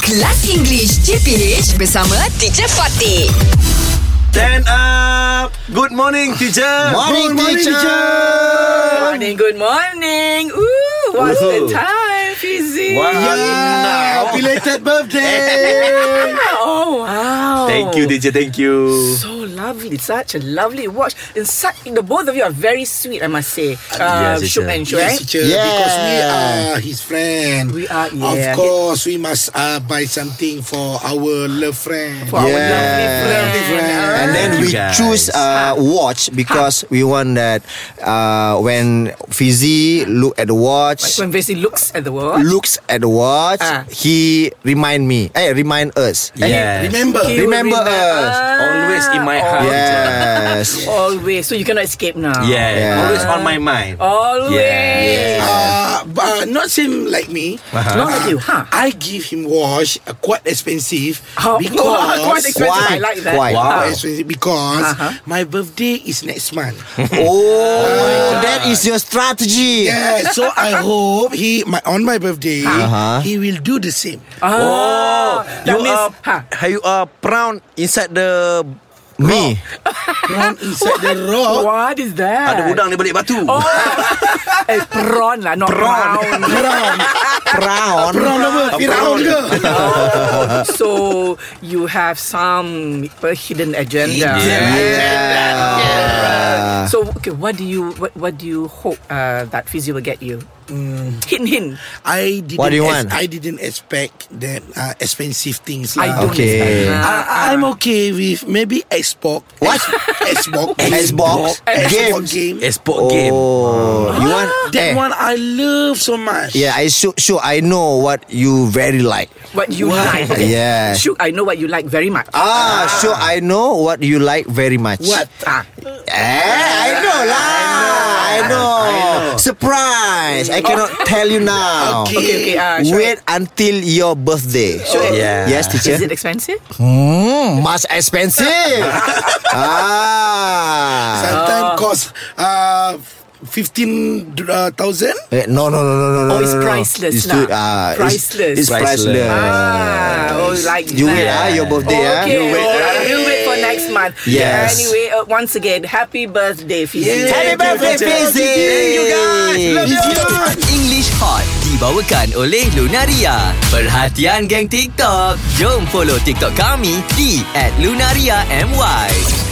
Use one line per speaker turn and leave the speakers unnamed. Kelas English CPH bersama Teacher Fatih.
Stand up. Good morning, teacher.
Morning,
Good morning,
teacher.
Morning, good morning. Ooh, what's
Ooh.
the time, Fizzy?
Wow.
Yeah,
Now.
belated birthday.
Oh, wow.
Thank you, teacher. Thank you.
So lovely, such a lovely watch. And such, the both of you are very sweet, I must say. Uh,
yes,
Shuk
yes.
and Shuk, right?
teacher,
Yeah.
because we are his friend.
We are,
Of
yeah.
course, we must uh, buy something for our love friend.
For our
Yeah.
lovely
Lovely
friend.
friend.
Alright.
And then we
You guys.
choose uh, watch because we want that uh, when Fizzy look at the watch,
when Fizzy looks at the world.
looks at the watch,
Ah.
he remind me, eh, remind us. Eh,
Yes.
Remember,
he will
remember us.
Always in my
Ah,
heart.
Yes.
Always. So you cannot escape now.
Yeah.
Yeah.
Always on my mind.
Always.
Yeah.
uh, but, uh, not same like me.
Not like you, huh?
I give him watch uh, quite expensive
Oh,
because
quite expensive. I
Why?
like that. Ah.
Why?
Quite
Wow.
expensive because
Uh-huh.
my birthday is next month.
Oh, that is your strategy.
yeah, so I hope he my, on my birthday
Uh-huh.
he will do the same.
Ah,
Oh,
that
you
means,
are
ha. huh?
you are proud inside the
Me,
Run inside the rock.
What is that?
ada udang di balik batu.
Oh. eh, prawn lah, not prawn.
Brown
proud.
Brown apa? Firaun ke?
Oh, so you have some uh, hidden agenda.
Yeah.
So okay, what do you what, what do you hope uh, that physio will get you?
Mm.
Hint hint.
I didn't
What do you
ex-
want?
I didn't expect that uh, expensive things
I
Ah,
don't Uh,
lah.
Okay.
expect.
I,
that.
I'm okay with maybe Xbox.
Ah, What?
Xbox.
Xbox
Xbox
games.
game.
Export game.
Oh, you want
That
eh,
one I love so much.
Yeah, I sure, sure I know what you very like.
what you like? Okay.
Yeah.
Shook, I know what you like very much.
Ah, sure I know what you like very much.
What?
Ah.
Eh, I know lah. I know. Surprise! I cannot tell you now.
Okay.
Okay, okay.
ah.
Uh, Syuk,
Wait until your birthday.
Yeah.
Yes,
Is
teacher.
it expensive?
Hmm, much expensive. ah.
Sometimes cost uh, 15,000.
Eh, No, no, no, no, no, no.
Oh, it's
no, no.
priceless
It's
lah.
too- ah, it's-
Priceless.
It's priceless.
Ah, oh, like
Eh. You wait
that.
ah, your birthday ah.
Okay,
You wait.
alright, we'll wait for next month.
Yes.
Anyway, uh, once again, happy birthday, Fizi.
Happy birthday, Fizi.
Thank you guys. Love you.
English Hot dibawakan oleh Lunaria. Perhatian geng TikTok. Jom follow TikTok kami di @lunariamy.